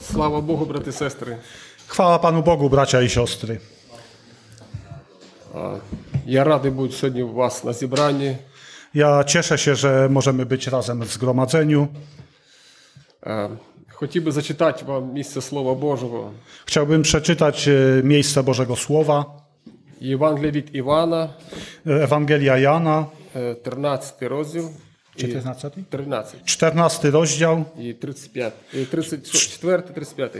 Слава Богу, брати і сестри. Chwała Panu Bogu, bracia i siostry. Я радий бути сьогодні у вас на зібранні. Ja cieszę się, że możemy być razem w zgromadzeniu. Е, Хотів би зачитати вам місце Слова Божого. Chciałbym przeczytać e, miejsce Bożego Słowa, Євангелія від Івана, e, Ewangelia Jana, е, 13 розділ. і 14, 13 14 розdział, і 35, і 34, 35.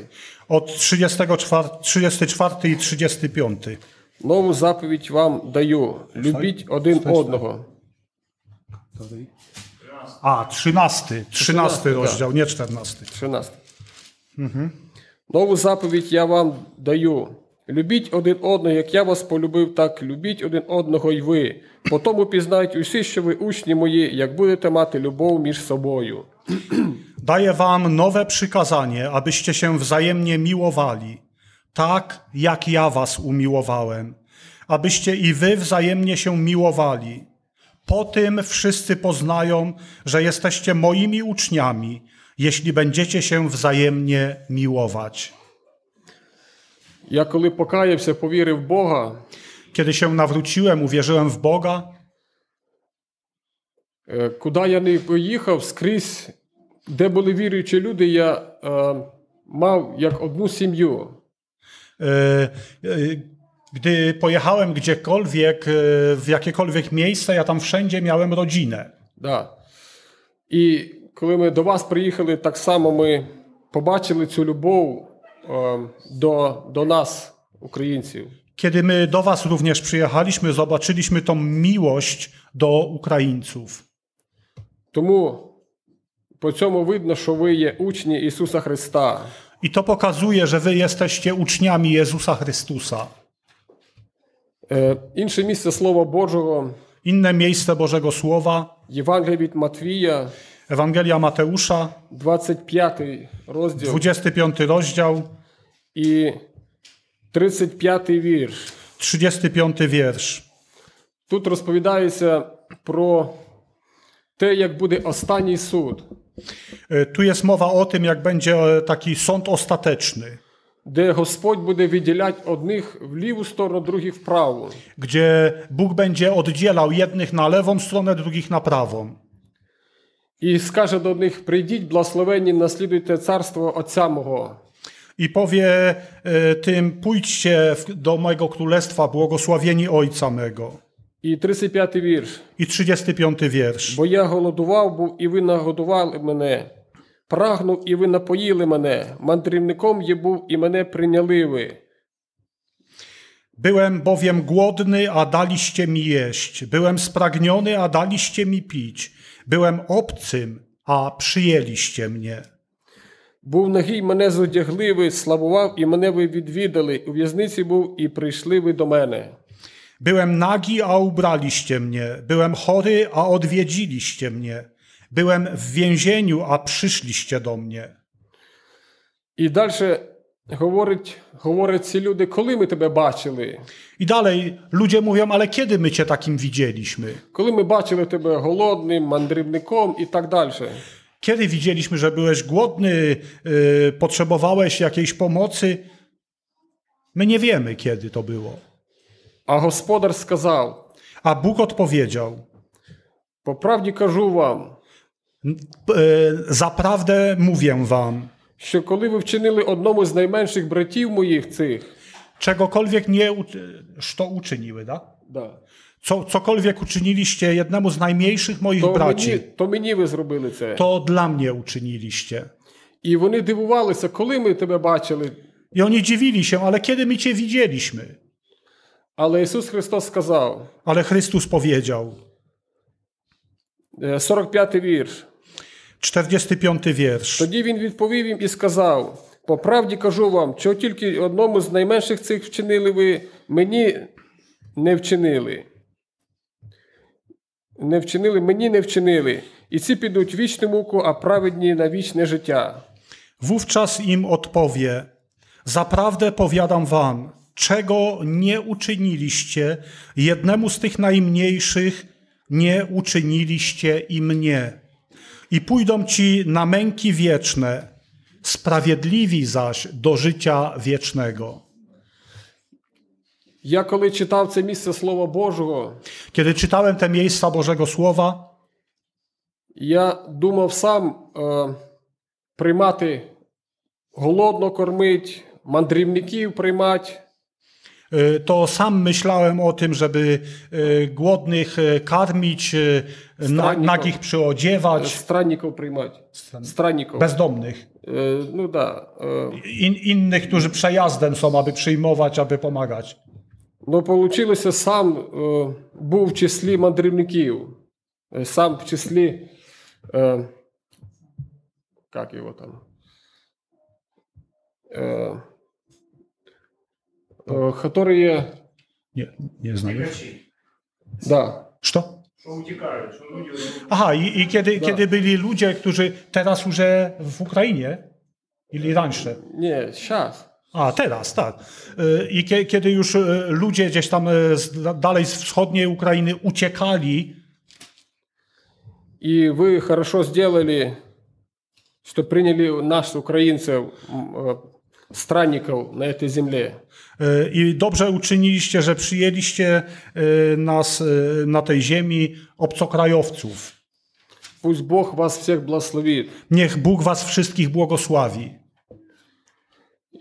od 34, 34 i 35. Нову заповідь вам даю. Любіть один одного. A, 13, 13 13, rozdział, nie 14. 13. Нову заповідь я вам даю. Любіть один одного, як я вас полюбив, так любіть один одного й ви. По тому пізнають усі, що ви учні мої, як будете мати любов між собою. Daję wam nowe przykazanie, abyście się wzajemnie miłowali, tak jak ja was umiłowałem, abyście i wy wzajemnie się miłowali. Po tym wszyscy poznają, że jesteście moimi uczniami, jeśli będziecie się wzajemnie miłować. Я коли покаявся, повірив в Бога, Kiedy się nawróciłem, uwierzyłem w Boga, е, куди я не поїхав, скрізь, де були віруючі люди, я е, мав як одну сім'ю. yy, yy, gdy pojechałem gdziekolwiek, yy, w jakiekolwiek miejsce, ja tam wszędzie miałem rodzinę. Да. І коли ми до вас приїхали, так само ми побачили цю любов е, до, до нас, українців. Kiedy my do Was również przyjechaliśmy, zobaczyliśmy tą miłość do Ukraińców. Тому по цьому видно, що ви є учні Ісуса Христа. I to pokazuje, że Wy jesteście uczniami Jezusa Chrystusa. Е, інше місце Слова Божого, Inne miejsce Bożego Słowa, Євангелія від Матвія, Ewangelia Mateusza, 25 розділ 25 rozdział, і 35 вірш. 35 wiersz. Тут розповідається про те, як буде останній суд. Y, Tu jest mowa o tym, jak będzie e, taki sąd ostateczny, де Господь буде відділяти одних в ліву сторону, других в праву. gdzie Bóg będzie oddzielał jednych na lewą stronę, drugich na prawą. І скаже до них: прийдіть, благословенні, наслідуйте царство Отця Мого. I powie e, tym: Pójdźcie w- do mojego królestwa, błogosławieni Ojca mego. І 35 вірш. I 35 wiersz. Бо я голодував був, і ви нагодували мене. Прагнув, і ви напоїли мене. Мандрівником є був, і мене прийняли ви. Byłem bowiem głodny, a daliście mi jeść. Byłem spragniony, a daliście mi pić. Byłem obcym, a przyjęliście mnie. Був нагій, мене зодягли ви, славував, і мене ви відвідали. У в'язниці був, і прийшли ви до мене. Byłem nagi, a ubraliście mnie. Byłem chory, a odwiedziliście mnie. Byłem w więzieniu, a przyszliście do mnie. І далі говорить, говорять ці люди, коли ми тебе bачили? I dalej ludzie mówią, ale kiedy my cię takim widzieliśmy? Коли ми бачили тебе голодним, мандрівником і так далі. Kiedy widzieliśmy, że byłeś głodny, yy, potrzebowałeś jakiejś pomocy? My nie wiemy, kiedy to było. А господар сказав: A Bóg odpowiedział: По правді кажу вам, P- e, Zaprawdę mówię wam, що коли ви вчинили одному з найменших братів моїх цих, czegokolwiek nie ut- co uczyniły, da? да, Co, cokolwiek uczyniliście jednemu z najmniejszych moich то, мені, braci, то мені ви зробили це. to dla mnie uczyniliście. І вони дивувалися, коли ми тебе бачили. I oni dziwili się, ale kiedy my cię widzieliśmy? Але Ісус Христос сказав, Ale Chrystus powiedział, е, 45-й вірш. 45 wiersz. Тоді він відповів їм і сказав: По правді кажу вам, що тільки одному з найменших цих вчинили ви, мені не вчинили. Не вчинили, мені не вчинили. І ці підуть в вічну муку, а праведні на вічне життя. Wówczas im odpowie: Zaprawdę powiadam wam, czego nie uczyniliście jednemu z tych najmniejszych, nie uczyniliście i mnie. I pójdą ci na męki wieczne, sprawiedliwi zaś do życia wiecznego. Я коли читав це місце Слова Божого, Kiedy czytałem te miejsca Bożego Słowa, я думав сам е, приймати голодно кормить, мандрівників приймати. y, to sam myślałem o tym, żeby y, głodnych y, karmić, y, na, Stronników. nagich przyodziewać, Странників приймати. Странників. bezdomnych. Е, ну да. Е, In, innych, którzy przejazdem są, aby przyjmować, aby pomagać. ну, получилося, сам е, був в числі мандрівників. Е, Сам в числі. Е, як його там? Е, е, который є. Nie, nie znam. Богачи, Да. Co? что утекают, что люди уходят. Aha, i, i kiedy, Da. kiedy byli ludzie, którzy teraz już w Ukrainie, ili rańsze. Ні, щас. A, teraz, tak. Y, I kie- kiedy już y, ludzie gdzieś tam y, z, da- dalej z wschodniej Ukrainy uciekali, І ви хорошо зробили, що прийняли нас, українців, м, е, странників на цій землі. y, i dobrze uczyniliście, że przyjęliście y, nas y, na tej ziemi obcokrajowców. Пусть Бог вас всіх благословить. Niech Bóg was wszystkich błogosławi.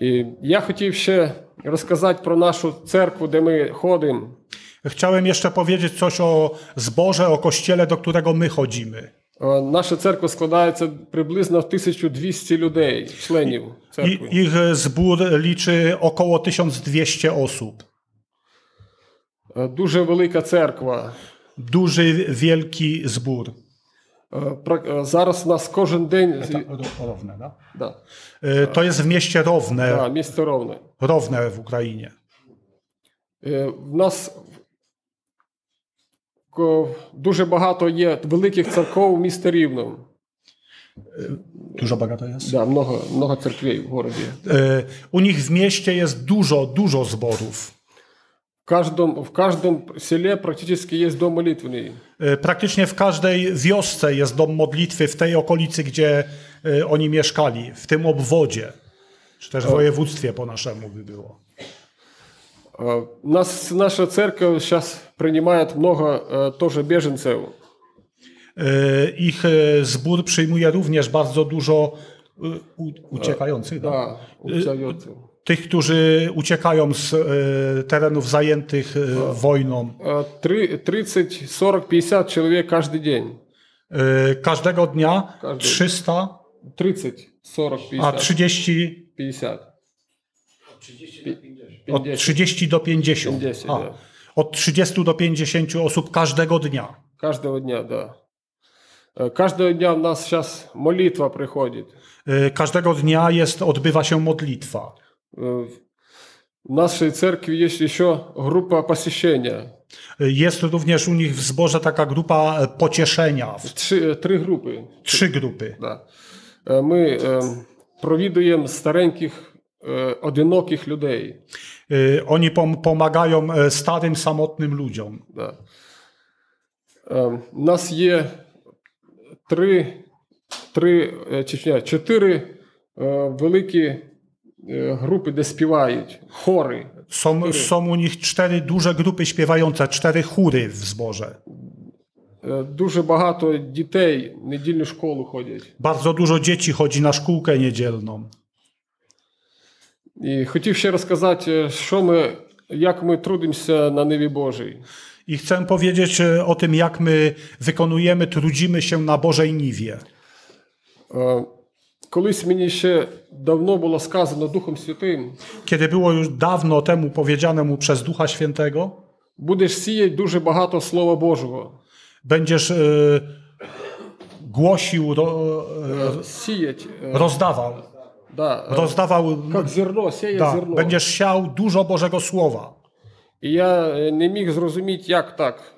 І я хотів ще розказати про нашу церкву, де ми ходимо. Chciałem jeszcze powiedzieć coś o zborze, o kościele, do którego my chodzimy. Е, Наша церква складається приблизно в 1200 людей, членів церкви. I, ich y, zbór liczy około 1200 osób. Е, Дуже велика церква. Duży, wielki Е, zbór. пра- е, Зараз у нас кожен день Ta- ro- Równe, no? да, Y, To jest w mieście Rowne, да, місто ровне. Rowne w Ukrainie. Е, В нас ко- дуже багато є великих церков в місті Рівно. Dużo bogato jest? Да, много, много церквей в городі. E, U nich w mieście jest dużo, dużo zborów. В каждом, в каждом селе практически есть дом молитвенный. Y, Praktycznie w każdej wiosce jest dom modlitwy w tej okolicy, gdzie y, oni mieszkali, w tym obwodzie, czy też województwie po naszemu by było. Э, Нас, наша церковь сейчас принимает много э, тоже беженцев. Y, Ich y, zbór przyjmuje również bardzo dużo y, u- uciekających. no. Да, уцелевцев. Tych, którzy uciekają z y, terenów zajętych y, wojną. Э, три- 30, 40, 50 человек каждый день. Y, Każdego dnia Każdy. 300, 30, 40, a 50. 30, 50. od 50. 30 do 50. 50, a, tak. Od 30 do 50 osób każdego dnia. Каждого дня, да. Э, Каждого дня у нас сейчас молитва приходит. Y, Każdego dnia jest, odbywa się modlitwa. Э, В нашей церкви есть еще группа посещения. Y, Jest również u nich w zborze taka grupa e, pocieszenia, w Три, три группы. trzy grupy. Да. Е, Ми е, провідуємо стареньких е, одиноких людей. Y, Oni pom- pomagają e, starym, samotnym ludziom. Да. Е, У нас є три, три е, чи ні, cztery великі е, групи, де співають, хори. Są, są u nich cztery duże grupy śpiewające, cztery chóry w zborze. Е, Дуже багато дітей в недільну школу ходять. Bardzo dużo dzieci chodzi na szkółkę niedzielną. І хотів ще розказати, е, що ми, як ми трудимося на Ниві Божій. I chcę powiedzieć e, o tym, jak my wykonujemy, trudzimy się na Bożej Niwie. Е, Колись мені ще давно було сказано Духом Святим, Kiedy było już dawno temu powiedziane mu przez Ducha Świętego, будеш сіяти дуже багато Слова Божого. będziesz e, głosił, ro, e, Сіять, е, rozdawał, да, е, rozdawał, як зерно, сіє da, зерно. będziesz siał dużo Bożego Słowa. І я е, не міг зрозуміти, як так.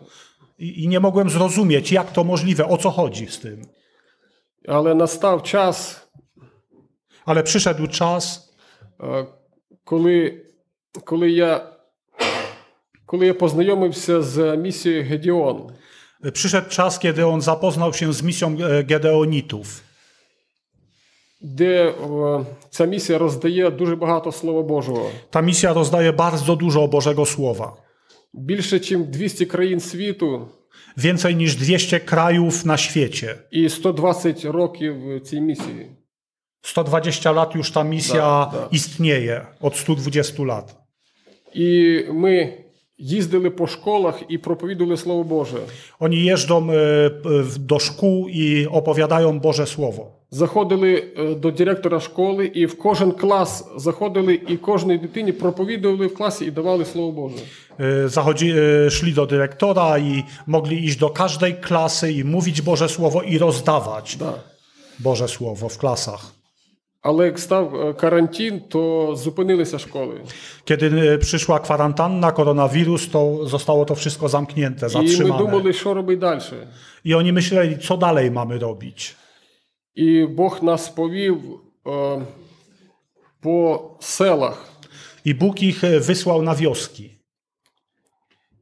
I, I nie mogłem zrozumieć, jak to możliwe, o co chodzi z tym. Але настав час, Ale przyszedł czas, е, коли, коли, я, коли я познайомився з місією Гедіон. e, przyszedł czas, kiedy on zapoznał się z misją e, Gedeonitów. де е, ця місія роздає дуже багато Слова Божого. Ta misja rozdaje bardzo dużo Bożego Słowa. Більше, ніж 200 країн світу Więcej niż 200 krajów na świecie. і 120 років цій місії. 120 lat już ta misja Tak, tak. istnieje, od 120 lat. І ми їздили по школах і проповідували Слово Боже. Oni jeżdżą e, p- w- do szkół i opowiadają Boże Słowo. Заходили е, до директора школи і в кожен клас заходили і кожній дитині проповідували в класі і давали Слово Боже. E, Zachodzi, e, szli do dyrektora i mogli iść do każdej klasy i mówić Boże Słowo i rozdawać Да. Boże Słowo w klasach. Але як став е, карантин, то zупинилися школи. Kiedy e, przyszła kwarantanna, koronawirus, to zostało to wszystko zamknięte, І ми zatrzymane. думали, що робити далі. I oni myśleli, co dalej mamy robić. І Бог нас повів е, по селах. I Bóg ich e, wysłał na wioski.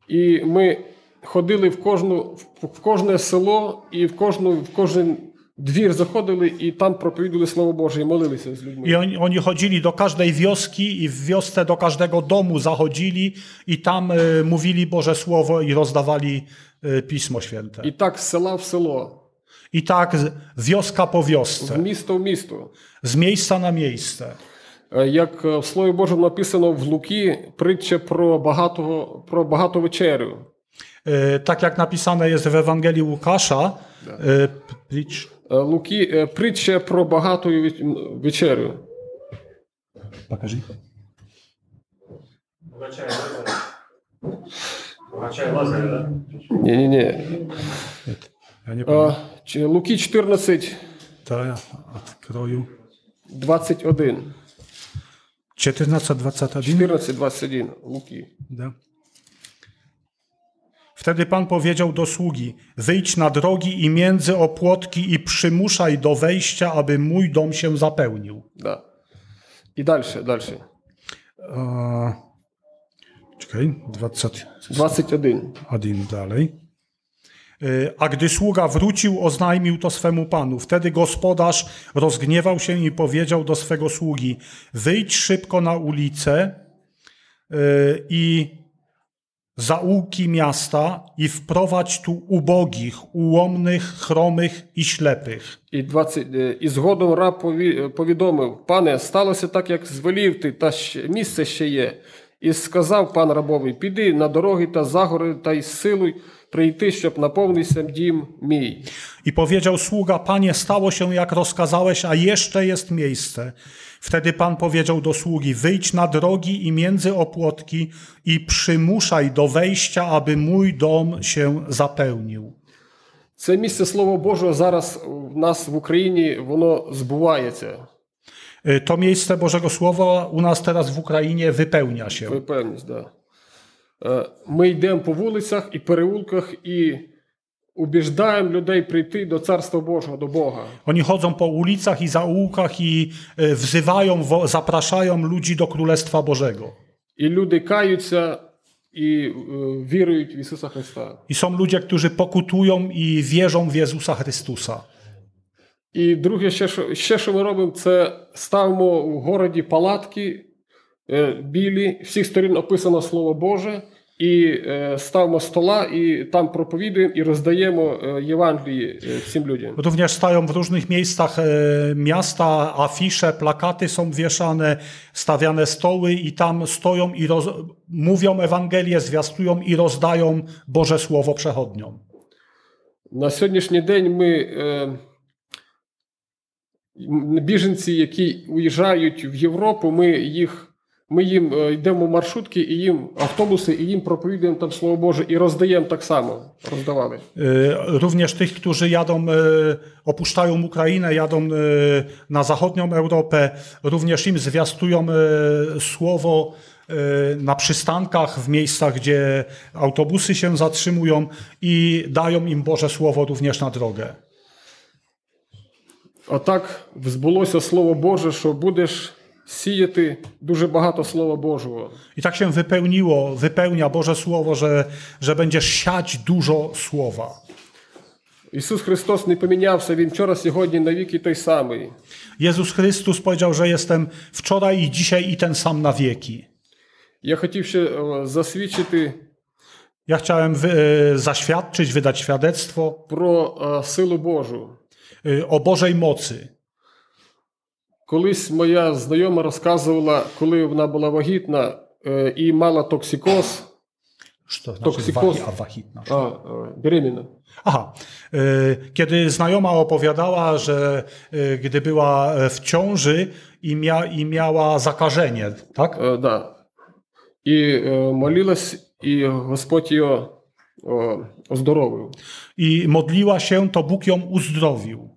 І ми ходили в, кожну, в- в кожне село і в, кожну, в кожен двір заходили і там проповідували Слово Боже і молилися з людьми. I oni, oni chodzili do każdej wioski i w wiosce do każdego domu zachodzili i tam e, mówili Boże Słowo i rozdawali e, Pismo Święte. І tak з села в село, I tak z- wioska po з wiosce, міста в місто. z miejsca na miejsce. Е, Як е, в Слові Божому написано в Луки притча про багатого, про багату вечерю. E, Tak jak napisane jest w Ewangelii Łukasza, e, p- pricz- Е, Луки е, притча про багату ве- м, вечерю. Покажи. Богача и Лазарь. Богача и Лазарь, да? Ні, ні, ні. Ja nie pamiętam. Е, чи- Луки 14, To ja odkroju. 21. 14.21. 14, 21. Луки. Da. Wtedy Pan powiedział do sługi, wyjdź na drogi i między opłotki i przymuszaj do wejścia, aby mój dom się zapełnił. Да. І далі, далі. Eee, czekaj, 20... 21. Adim dalej. Y, A gdy sługa wrócił, oznajmił to swemu panu. Wtedy gospodarz rozgniewał się i powiedział do swego sługi: Wyjdź szybko na ulicę y, i zaułki miasta i wprowadź tu ubogich, ułomnych, chromych i ślepych. І, 20, е, і згодом раб пові- е, повідомив: Пане, сталося так, як звелів ти, та ще, місце ще є. І сказав пан рабовий: Піди на дороги та загори, та й силуй прийти, щоб наповнився дім мій. I powiedział sługa: Panie, stało się jak rozkazałeś, a jeszcze jest miejsce. Wtedy pan powiedział do sługi: Wyjdź na drogi i między opłotki i przymuszaj do wejścia, aby mój dom się zapełnił. Це місце Слова Божого зараз в нас в Україні воно збувається. Y, To miejsce Bożego Słowa u nas teraz w Ukrainie wypełnia się. Ви певні, да. Е, Ми йдемо по вулицях і переулках і убіждаємо людей прийти до Царства Божого, до Бога. Oni chodzą po ulicach i zaułkach i y, wzywają, wo- zapraszają ludzi do Królestwa Bożego. І люди каються і е, вірують в Ісуса Христа. I są ludzie, którzy pokutują i wierzą w Jezusa Chrystusa. І друге, ще що, ще що ми робимо, це ставимо в городі палатки е, білі, всіх сторін описано Слово Боже, і е, ставимо стола, і там проповідуємо і роздаємо е, Євангелії е, всім людям. Również stają w różnych miejscach e, miasta, afisze, plakaty są wieszane, stawiane stoły i tam stoją i roz, mówią Ewangelię, zwiastują i rozdają Boże Słowo przechodniom. На сьогоднішній день ми е, м, біженці, які уїжджають в Європу, ми їх. Ми їм е, йдемо в маршрутки і їм автобуси, і їм проповідуємо там слово Боже, і роздаємо так само. Роздавали. E, Również tych, którzy jadą, e, opuszczają Ukrainę, jadą e, na zachodnią Europę, również im zwiastują e, słowo e, na przystankach, w miejscach, gdzie autobusy się zatrzymują i dają im Boże Słowo również na drogę. Отак взбулося слово Боже, що будеш сіяти дуже багато слова Божого. I tak się wypełniło, wypełnia Boże Słowo, że, że będziesz siać dużo słowa. Ісус Христос не помінявся, Він вчора, сьогодні, навіки той самий. Jezus Chrystus powiedział, że jestem wczoraj i dzisiaj i ten sam na wieki. Я хотів ще е, засвідчити Ja chciałem wy, e, zaświadczyć, wydać świadectwo про е, силу Божу. e, o Bożej mocy. Колись моя знайома розказувала, коли вона була вагітна е, і мала токсикоз, Czy to Toksykos. wahi- a wahitna? а, е, беременна. Aha, e, kiedy znajoma opowiadała, że e, gdy była e, w ciąży i, mia, i miała zakażenie, tak? Е, да. І е, молилась, і Господь її е, оздоровив. I modliła się, to Bóg ją uzdrowił.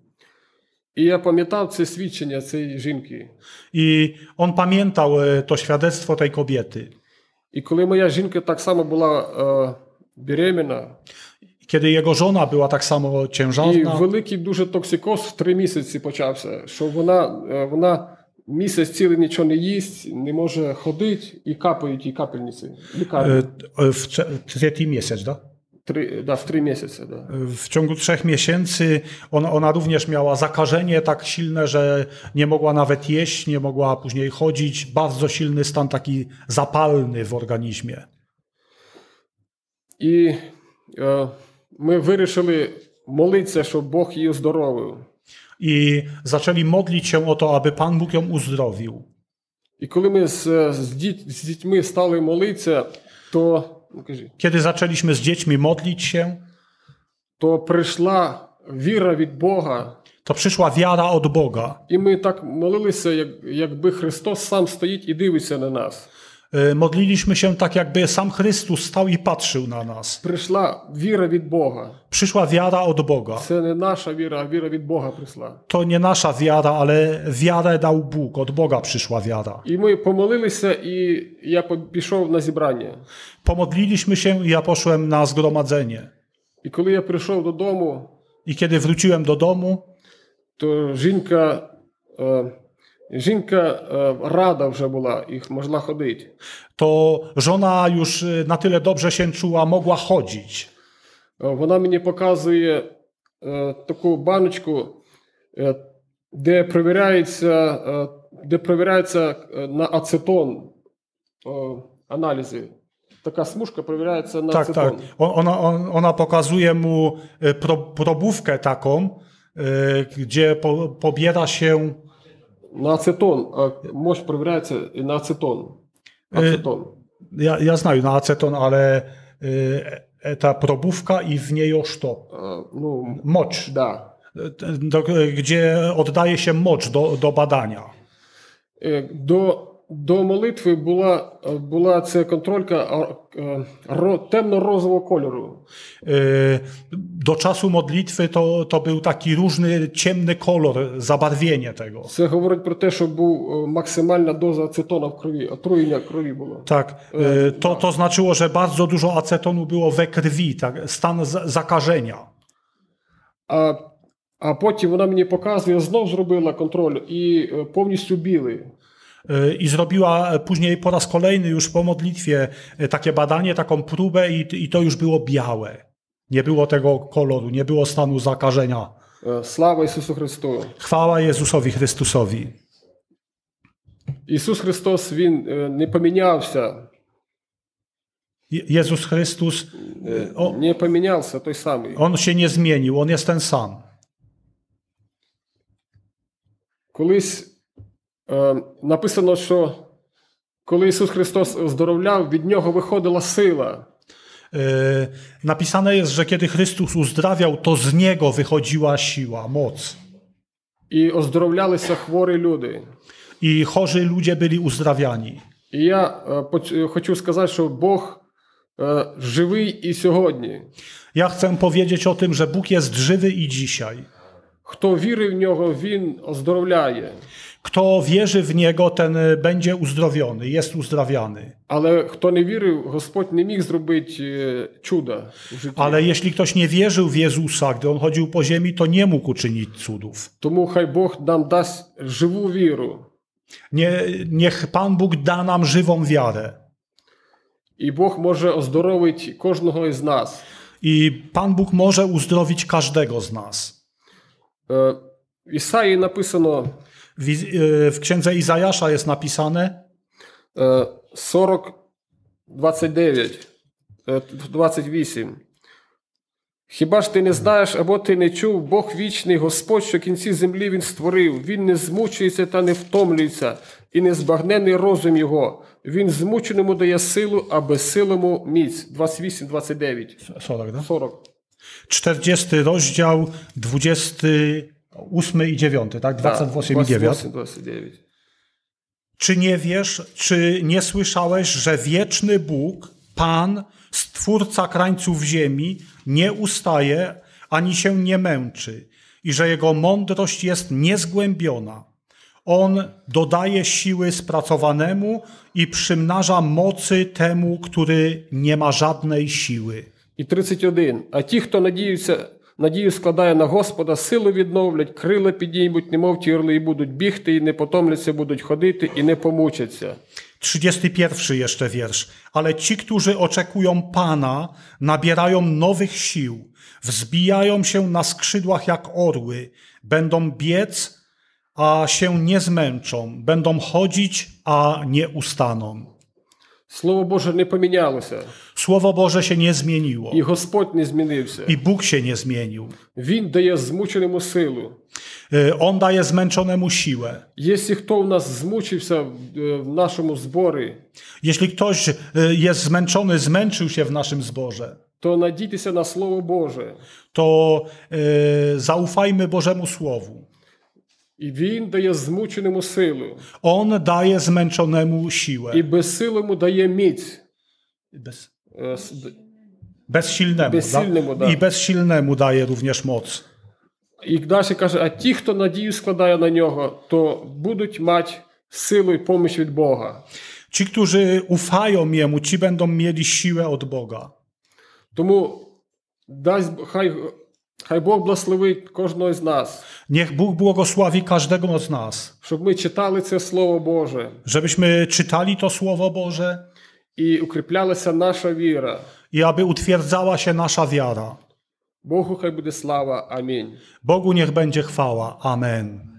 І я пам'ятав це свідчення цієї жінки. I on pamiętał e, to świadectwo tej kobiety. І коли моя жінка так само була е, беременна, Kiedy jego żona była tak samo і ciężarna, великий дуже токсикоз в три місяці почався, що вона, е, вона місяць цілий нічого не їсть, не може ходити, і капають їй капельниці. Лікарні. e, e, w trze- trzeci miesiąc, tak? Три, да, в три місяці. Да. W ciągu trzech miesięcy ona, ona również miała zakażenie tak silne, że nie mogła nawet jeść, nie mogła później chodzić. Bardzo silny stan taki zapalny w organizmie. І е, ми вирішили молитися, щоб Бог її оздоровив. I zaczęli modlić się o to, aby Pan Bóg ją uzdrowił. І коли ми з, з, діт, з дітьми стали молитися, то, ну, кажи, Kiedy zaczęliśmy z dziećmi modlić się, то прийшла віра від Бога. to przyszła wiara od Boga. І ми так молилися, як, якби Христос сам стоїть і дивиться на нас. Y, Modliliśmy się tak, jakby sam Chrystus stał i patrzył na nas. Прийшла віра від Бога. Przyszła wiara od Boga. Це не наша віра, а віра від Бога прийшла. To nie nasza wiara, ale wiarę dał Bóg. Od Boga przyszła wiara. І ми помолилися, і я по- пішов на зібрання. Pomodliliśmy się i ja poszłem na zgromadzenie. І коли я прийшов додому, I kiedy wróciłem do domu, то жінка, е, жінка е, рада вже була, і могла ходити. to żona już y, na tyle dobrze się czuła, mogła chodzić. Е, Вона мені показує е, таку баночку, е, де перевіряється, е, де перевіряється е, на ацетон е, аналізи. Така смужка перевіряється на Tak, tak. ацетон. O- Ona, on- ona pokazuje mu y, pro, probówkę taką, y, gdzie po, pobiera się На ацетон. е, Мощ перевіряється і на ацетон. Ацетон. ja, ja znaję na aceton, ale y, e- ta probówka i w niej oszto, Е, Ну, mocz, да. y, t- do, gdzie oddaje się mocz do, do badania. Е, До, до молитви була, е, була ця контролька а, е, ро- темно-розового кольору. Y, Do czasu modlitwy to, to był taki różny ciemny kolor, zabarwienie tego. Це говорить про те, що був е, максимальна доза ацетона в крові, отруєння крові було. Tak, y, to, to znaczyło, że bardzo dużo acetonu było we krwi, tak, stan za- zakażenia. А, а потім вона мені показує, знов зробила контроль і е, повністю білий. Y, I zrobiła później po raz kolejny już po modlitwie y, takie badanie, taką próbę i, i to już było białe. Nie było tego koloru, nie było stanu zakażenia. Е, Слава Ісусу Христу! Chwała Jezusowi Chrystusowi. Ісус Христос Він е, не помінявся, Je- Jezus Chrystus, е, O. не помінявся той самий. On się nie zmienił, On jest ten sam. Колись е, написано, що коли Ісус Христос оздоровляв, від нього виходила сила. E, Napisane jest, że kiedy Chrystus uzdrawiał, to z niego wychodziła siła, moc. І оздоровлялися хворі люди. I chorzy ludzie byli uzdrawiani. І я е, поч- е, хочу сказати, що Бог е, живий і сьогодні. Ja chcę powiedzieć o tym, że Bóg jest żywy i dzisiaj. Хто вірив в нього, він оздоровляє. Kto wierzy w niego, ten e, będzie uzdrowiony, jest uzdrawiany. Але хто не вірив, Господь не міг зробити е, чуда в житті. Ale jeśli ktoś nie wierzył w Jezusa, gdy on chodził po ziemi, to nie mógł uczynić cudów. Тому хай Бог нам дасть живу віру, Nie, niech Pan Bóg da nam żywą wiarę і Бог може оздоровити кожного із нас. I Pan Bóg może uzdrowić każdego z nas. Е, В Ісаї napисano W, Iz- y, w księdze Izajasza jest napisane, е, 40, 29, е, 28. Хіба ж ти не знаєш або ти не чув, Бог вічний, Господь, що кінці землі Він створив, Він не змучується та не втомлюється, і не збагнений розум Його. Він змученому дає силу, а безсилому міць. 28, 29, 40, no? 40. 40 rozdział, 28 i 9, tak? 28 i 9. 28, 29. Czy nie wiesz, czy nie słyszałeś, że wieczny Bóg, Pan, Stwórca krańców ziemi, nie ustaje ani się nie męczy i że Jego mądrość jest niezgłębiona? On dodaje siły spracowanemu i przymnaża mocy temu, który nie ma żadnej siły. І 31. А ті, хто надіються, надію складає на Господа, силу відновлять, крила підіймуть, немов ті орли, і будуть бігти, і не потомляться, будуть ходити, і не pomучаться. 31 jeszcze wiersz. Ale ci, którzy oczekują Pana, nabierają nowych sił, wzbijają się na skrzydłach jak orły, będą biec, a się nie zmęczą, będą chodzić, a nie ustaną. Слово Боже не помінялося, Słowo Boże się nie zmieniło і Господь не змінився. i Bóg się nie zmienił. Він дає змученому силу. Y, On daje zmęczonemu siłę. Якщо хто в нас змучився в е, в нашому зборі, Jeśli ktoś y, jest zmęczony, zmęczył się w naszym zborze, то надійтеся на Слово Боже, to y, zaufajmy Bożemu Słowu. і Він дає змученому силу, On daje zmęczonemu siłę. і безсилому дає міць. Bez, Е, с- bezsilnemu. Bezsilnemu da. I bezsilnemu daje również moc. І далі каже: а ті, хто надію складає на нього, то будуть мати силу і поміч від Бога. Ci, którzy ufają Jemu, ci będą mieli siłę od Boga. Тому дасть хай, хай Бог благословить кожного з нас, Niech Bóg błogosławi każdego z nas, щоб ми читали це Слово Боже żebyśmy czytali to Słowo Boże і укріплялася наша віра. i aby utwierdzała się nasza wiara. Богу хай буде слава. Амінь. Bogu niech będzie chwała. Amen.